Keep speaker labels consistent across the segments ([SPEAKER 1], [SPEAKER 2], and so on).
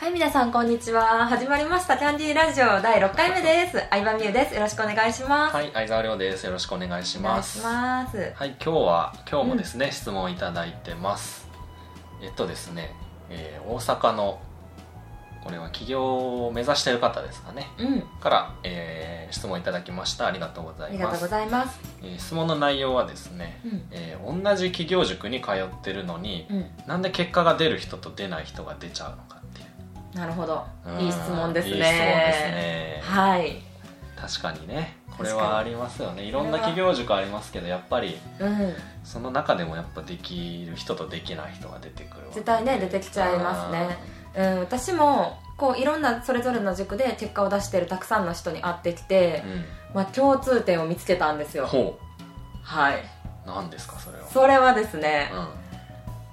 [SPEAKER 1] はい、皆さん、こんにちは。始まりました。キャンディーラジオ第6回目です。相葉美優です。よろしくお願いします。
[SPEAKER 2] はい、相沢亮です。よろしくお願いします。
[SPEAKER 1] お願いします。
[SPEAKER 2] はい、今日は今日もですね、質問いただいてます。えっとですね、えー大阪のこれは企業を目指している方ですかね。
[SPEAKER 1] うん、
[SPEAKER 2] から、えー質問いただきました。ありがとうござ
[SPEAKER 1] あ
[SPEAKER 2] い
[SPEAKER 1] りが
[SPEAKER 2] ま
[SPEAKER 1] とうご
[SPEAKER 2] す。
[SPEAKER 1] ざいます。
[SPEAKER 2] えー質問の内容はですね、
[SPEAKER 1] うん、
[SPEAKER 2] えー同じ企業塾に通ってるのに、
[SPEAKER 1] うん、
[SPEAKER 2] なんで結果が出る人と出ない人が出ちゃうのかっていう。
[SPEAKER 1] なるほど
[SPEAKER 2] う。ん
[SPEAKER 1] いい質問ですね。
[SPEAKER 2] いい質問ですね。
[SPEAKER 1] はい、
[SPEAKER 2] 確かにねこれ
[SPEAKER 1] 確かに
[SPEAKER 2] はありますよねいろんな企業塾ありますけどやっぱり
[SPEAKER 1] うん、
[SPEAKER 2] その中でもやっぱできる人とできない人が出てくるわけで
[SPEAKER 1] 絶対ね出てきちゃいますねうん、私もこういろんなそれぞれの塾で結果を出してるたくさんの人に会ってきて
[SPEAKER 2] う、ん
[SPEAKER 1] まあ共通点を見つけたんですよ。
[SPEAKER 2] ほ
[SPEAKER 1] はい、
[SPEAKER 2] うなんですかそれは
[SPEAKER 1] それはですね、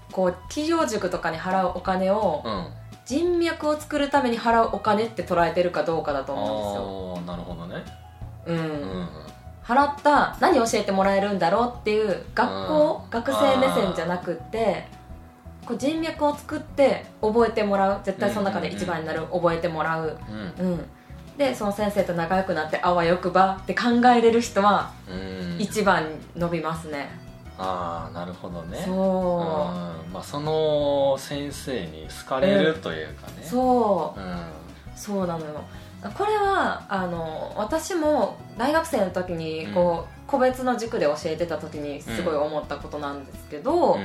[SPEAKER 2] う
[SPEAKER 1] こう企業塾とかに払うお金を
[SPEAKER 2] んうん
[SPEAKER 1] 人脈を作るために払うお金って捉えてるかどうかだと思
[SPEAKER 2] ああなるほどね
[SPEAKER 1] うんですよ。
[SPEAKER 2] う
[SPEAKER 1] うんん
[SPEAKER 2] うん
[SPEAKER 1] 払った何教えてもらえるんだろうっていう学校、
[SPEAKER 2] うん
[SPEAKER 1] 学生目線じゃなくってこう人脈を作って覚えてもらう絶対その中で一番になる、
[SPEAKER 2] うん
[SPEAKER 1] 覚えてもらう、
[SPEAKER 2] うん
[SPEAKER 1] うん、でその先生と仲良くなってあわよくばって考えれる人は
[SPEAKER 2] うん
[SPEAKER 1] 一番伸びますね、
[SPEAKER 2] ああなるほどねうん
[SPEAKER 1] そ
[SPEAKER 2] まあその先生に好かれるというかね
[SPEAKER 1] うそう
[SPEAKER 2] うん
[SPEAKER 1] そうなのよこれはあの私も大学生の時にこう、個別の塾で教えてた時にすごい思ったことなんですけど、
[SPEAKER 2] うん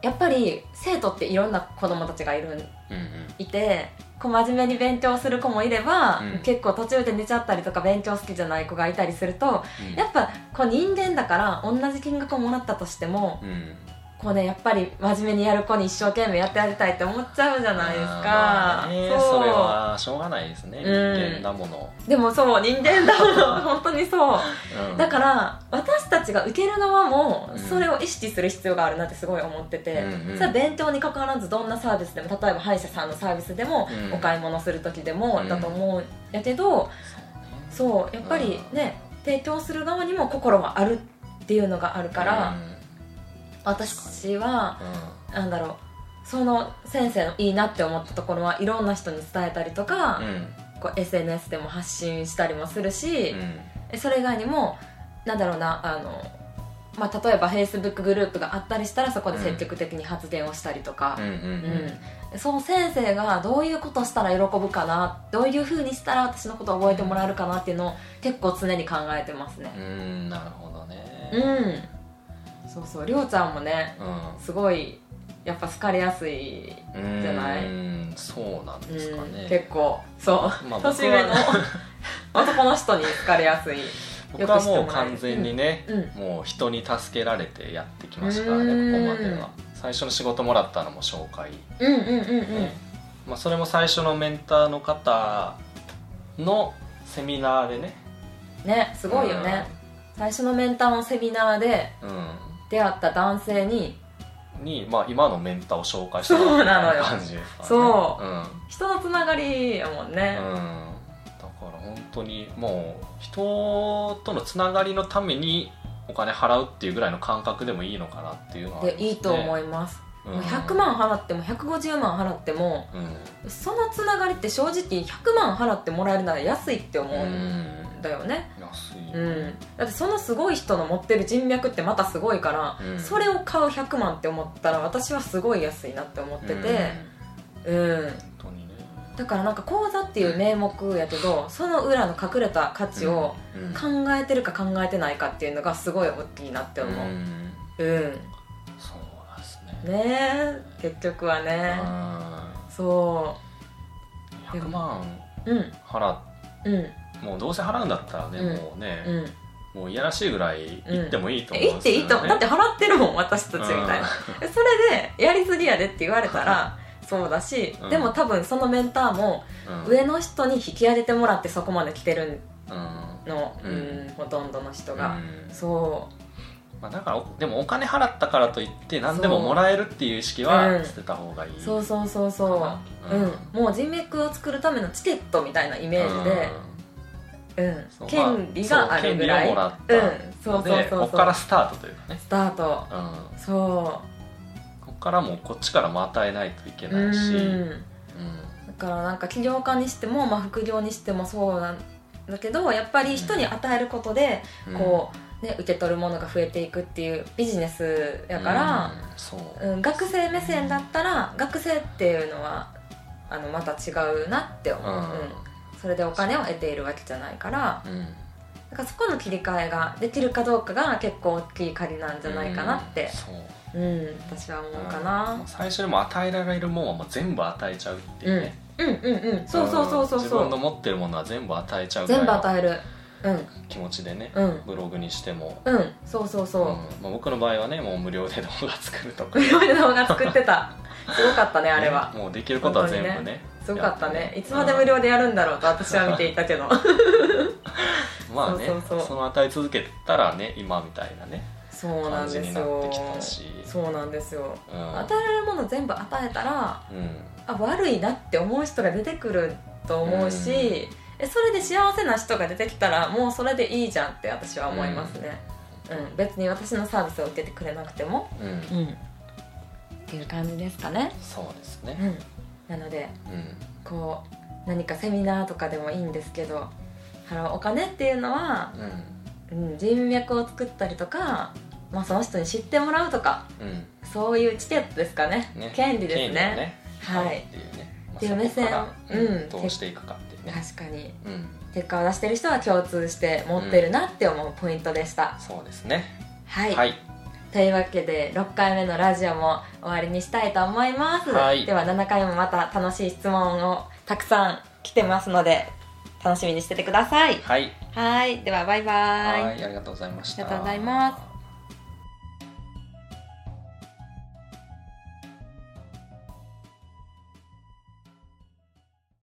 [SPEAKER 1] やっぱり生徒っていろんな子供たちがいる
[SPEAKER 2] うん
[SPEAKER 1] いてこう真面目に勉強する子もいれば、
[SPEAKER 2] うん
[SPEAKER 1] 結構途中で寝ちゃったりとか勉強好きじゃない子がいたりすると
[SPEAKER 2] うん
[SPEAKER 1] やっぱこう人間だから同じ金額をもらったとしても
[SPEAKER 2] うん
[SPEAKER 1] こうねやっぱり真面目にやる子に一生懸命やってやりたいって思っちゃうじゃないですか、
[SPEAKER 2] あーまあねそれはしょうがないですね人間だもの
[SPEAKER 1] でもそう人間だもん本当にそう
[SPEAKER 2] うん
[SPEAKER 1] だから私たちが受ける側も
[SPEAKER 2] うん
[SPEAKER 1] それを意識する必要があるなってすごい思ってて、
[SPEAKER 2] うんうん
[SPEAKER 1] それは勉強に関わらずどんなサービスでも例えば歯医者さんのサービスでも、
[SPEAKER 2] うん
[SPEAKER 1] お買い物する時でも
[SPEAKER 2] うん
[SPEAKER 1] だと思うんやけど、そうやっぱりね、提供する側にも心はあるっていうのがあるから、私は
[SPEAKER 2] う
[SPEAKER 1] なんだろうその先生のいいなって思ったところはいろんな人に伝えたりとか
[SPEAKER 2] ん、うん
[SPEAKER 1] こう SNS でも発信したりもするし、
[SPEAKER 2] うん
[SPEAKER 1] それ以外にもなんだろうなあの、まあ、例えばフェイスブックグループがあったりしたらそこで積極的に発言をしたりとか
[SPEAKER 2] うんう、ん
[SPEAKER 1] うんその先生がどういうことしたら喜ぶかなどういうふうにしたら私のことを覚えてもらえるかなっていうのを結構常に考えてますね
[SPEAKER 2] うんうんなるほど
[SPEAKER 1] うん、
[SPEAKER 2] ね
[SPEAKER 1] そうそうりょうちゃんもね
[SPEAKER 2] う
[SPEAKER 1] すごいやっぱ好かれやすい、
[SPEAKER 2] ん
[SPEAKER 1] じゃない
[SPEAKER 2] うんそうなん
[SPEAKER 1] う
[SPEAKER 2] ですか
[SPEAKER 1] ん
[SPEAKER 2] ね
[SPEAKER 1] 結構そう
[SPEAKER 2] まあ僕は
[SPEAKER 1] 年 上の男の人に好かれやすい
[SPEAKER 2] 僕はもう完全にね
[SPEAKER 1] うん
[SPEAKER 2] もう人に助けられてやってきましたからねここまでは最初の仕事もらったのも紹介
[SPEAKER 1] うんうんうんうん
[SPEAKER 2] ねまあ、それも最初のメンターの方のセミナーでね
[SPEAKER 1] ねすごいよね、最初のメンターのセミナーで
[SPEAKER 2] うん、
[SPEAKER 1] 出会った男性に
[SPEAKER 2] うんに、まあ、今のメンターを紹介したみたい感じですからね
[SPEAKER 1] そうなのよ
[SPEAKER 2] うん、
[SPEAKER 1] 人のつながりやもんね、
[SPEAKER 2] うんだから本当にもう人とのつながりのためにお金払うっていうぐらいの感覚でもいいのかなっていうのはあり
[SPEAKER 1] で
[SPEAKER 2] ます、ね、
[SPEAKER 1] いいと思
[SPEAKER 2] い
[SPEAKER 1] います、
[SPEAKER 2] うん
[SPEAKER 1] もう100万払っても150万払っても
[SPEAKER 2] うん、
[SPEAKER 1] そのつながりって正直100万払ってもらえるなら安いって思
[SPEAKER 2] う
[SPEAKER 1] うん
[SPEAKER 2] ん、
[SPEAKER 1] だよね
[SPEAKER 2] 安い、
[SPEAKER 1] うん、だってそのすごい人の持ってる人脈ってまたすごいから、
[SPEAKER 2] うん
[SPEAKER 1] それを買う100万って思ったら私はすごい安いなって思っててうん
[SPEAKER 2] うん本当にね
[SPEAKER 1] だからなんか講座っていう名目やけどその裏の隠れた価値を
[SPEAKER 2] うん
[SPEAKER 1] 考えてるか考えてないかっていうのがすごい大きいなって思
[SPEAKER 2] う
[SPEAKER 1] う、
[SPEAKER 2] ん
[SPEAKER 1] うん
[SPEAKER 2] そうですね
[SPEAKER 1] ねえ結局はねそ
[SPEAKER 2] うん100万
[SPEAKER 1] ううん
[SPEAKER 2] 払っ
[SPEAKER 1] うん
[SPEAKER 2] もうどうせ払うんだったらね、
[SPEAKER 1] うん
[SPEAKER 2] もうね、
[SPEAKER 1] うん
[SPEAKER 2] もういやらしいぐらい行ってもいいと思
[SPEAKER 1] え
[SPEAKER 2] うん
[SPEAKER 1] 行っ
[SPEAKER 2] です
[SPEAKER 1] て
[SPEAKER 2] よ、ね
[SPEAKER 1] いいとだって払ってるもん私たちみたいな、 それでやりすぎやでって言われたらそうだし、
[SPEAKER 2] うん
[SPEAKER 1] でも多分そのメンターも
[SPEAKER 2] うん
[SPEAKER 1] 上の人に引き上げてもらってそこまで来てる
[SPEAKER 2] うん
[SPEAKER 1] の、う
[SPEAKER 2] うんん
[SPEAKER 1] ほとんどの人が、
[SPEAKER 2] うん
[SPEAKER 1] そ
[SPEAKER 2] まあ、だからでもお金払ったからといって何でももらえるっていう意識
[SPEAKER 1] うん
[SPEAKER 2] は捨てた方がいい、
[SPEAKER 1] うそうそうそう
[SPEAKER 2] か
[SPEAKER 1] そう、
[SPEAKER 2] な
[SPEAKER 1] うん
[SPEAKER 2] うん
[SPEAKER 1] もう人脈を作るためのチケットみたいなイメージで、うん
[SPEAKER 2] そう
[SPEAKER 1] 権利があるぐらい、
[SPEAKER 2] まあそう
[SPEAKER 1] うん
[SPEAKER 2] 権
[SPEAKER 1] そう
[SPEAKER 2] 利をもらった
[SPEAKER 1] そ
[SPEAKER 2] で
[SPEAKER 1] うそうそ
[SPEAKER 2] こっか
[SPEAKER 1] う
[SPEAKER 2] らスタートというかね、
[SPEAKER 1] スタート
[SPEAKER 2] うん、
[SPEAKER 1] そ
[SPEAKER 2] こっからもうこっちからも与えないといけ
[SPEAKER 1] う
[SPEAKER 2] な
[SPEAKER 1] う
[SPEAKER 2] いし、
[SPEAKER 1] ん
[SPEAKER 2] うん
[SPEAKER 1] だからなんか起業家にしても、まあ、副業にしてもそうなんだけどやっぱり人に与えることで、こう、ね、受け取るものが増えていくっていうビジネス
[SPEAKER 2] う
[SPEAKER 1] やから、
[SPEAKER 2] うんそう
[SPEAKER 1] うん学生目線だったら学生っていうのはあのまた違うなって思う、うんそれでお金を得ているわけじゃないから
[SPEAKER 2] うん、うん
[SPEAKER 1] だからそこの切り替えができるかどうかが結構大きい鍵なんじゃないかなって
[SPEAKER 2] うん、そ
[SPEAKER 1] う
[SPEAKER 2] う
[SPEAKER 1] ん、私は思うか
[SPEAKER 2] うん
[SPEAKER 1] な、
[SPEAKER 2] 最初にもう与えられるもんはもう全部与えちゃうっていうね、
[SPEAKER 1] うん、うんうんそうそうそうそう
[SPEAKER 2] 自
[SPEAKER 1] そ
[SPEAKER 2] 分の
[SPEAKER 1] う
[SPEAKER 2] 持ってるものは全部与えちゃうぐら
[SPEAKER 1] 全
[SPEAKER 2] い
[SPEAKER 1] 部
[SPEAKER 2] の
[SPEAKER 1] 与える
[SPEAKER 2] 気持ちでね
[SPEAKER 1] うんうん
[SPEAKER 2] ブログにしても、
[SPEAKER 1] うんそうそう
[SPEAKER 2] う
[SPEAKER 1] そ
[SPEAKER 2] ん
[SPEAKER 1] う、
[SPEAKER 2] まあ、僕の場合はねもう無料で動画作るとか
[SPEAKER 1] 無料で動画作って たすごかった ねあれは、
[SPEAKER 2] ねもうできることは全部ね
[SPEAKER 1] すごかったね
[SPEAKER 2] や
[SPEAKER 1] いつまで無料でやるんだろうと私は見ていたけ ど
[SPEAKER 2] うんまあね
[SPEAKER 1] そ
[SPEAKER 2] そう
[SPEAKER 1] そうそう
[SPEAKER 2] の与え続けたらね今みたいなね
[SPEAKER 1] そうな
[SPEAKER 2] 感
[SPEAKER 1] んで
[SPEAKER 2] じに
[SPEAKER 1] す
[SPEAKER 2] なって
[SPEAKER 1] よ
[SPEAKER 2] きたし
[SPEAKER 1] そうなんですよ
[SPEAKER 2] うん
[SPEAKER 1] 与えられるもの全部与えたら
[SPEAKER 2] うん
[SPEAKER 1] あ悪いなって思う人が出てくると思うし、
[SPEAKER 2] うん
[SPEAKER 1] えそれで幸せな人が出てきたらもうそれでいいじゃんって私は思いますね、うん別に私のサービスを受けてくれなくても、
[SPEAKER 2] うん
[SPEAKER 1] うん、っていう感じですかね、
[SPEAKER 2] そうです
[SPEAKER 1] う
[SPEAKER 2] ね
[SPEAKER 1] ん、なので
[SPEAKER 2] うん
[SPEAKER 1] こう何かセミナーとかでもいいんですけど払うお金っていうのは、
[SPEAKER 2] うん
[SPEAKER 1] うん、人脈を作ったりとか、まあ、その人に知ってもらうとか
[SPEAKER 2] うん
[SPEAKER 1] そういうチケットですかね
[SPEAKER 2] ね
[SPEAKER 1] 権利です
[SPEAKER 2] 権
[SPEAKER 1] ね
[SPEAKER 2] 利をね
[SPEAKER 1] はい
[SPEAKER 2] っていうねまあ
[SPEAKER 1] っていう目線
[SPEAKER 2] そこからうん
[SPEAKER 1] うん
[SPEAKER 2] どうしていくかっていうね
[SPEAKER 1] 確かに
[SPEAKER 2] うん
[SPEAKER 1] 結果を出してる人は共通して持ってるなって思うポイントでした、
[SPEAKER 2] そうですね
[SPEAKER 1] はい、
[SPEAKER 2] はい
[SPEAKER 1] というわけで6回目のラジオも終わりにしたいと思います、
[SPEAKER 2] はい
[SPEAKER 1] では7回もまた楽しい質問をたくさん来てますので楽しみにしててください
[SPEAKER 2] はい
[SPEAKER 1] はいではバイバイ
[SPEAKER 2] はいありがとうございまし
[SPEAKER 1] あ
[SPEAKER 2] た
[SPEAKER 1] りがとうございます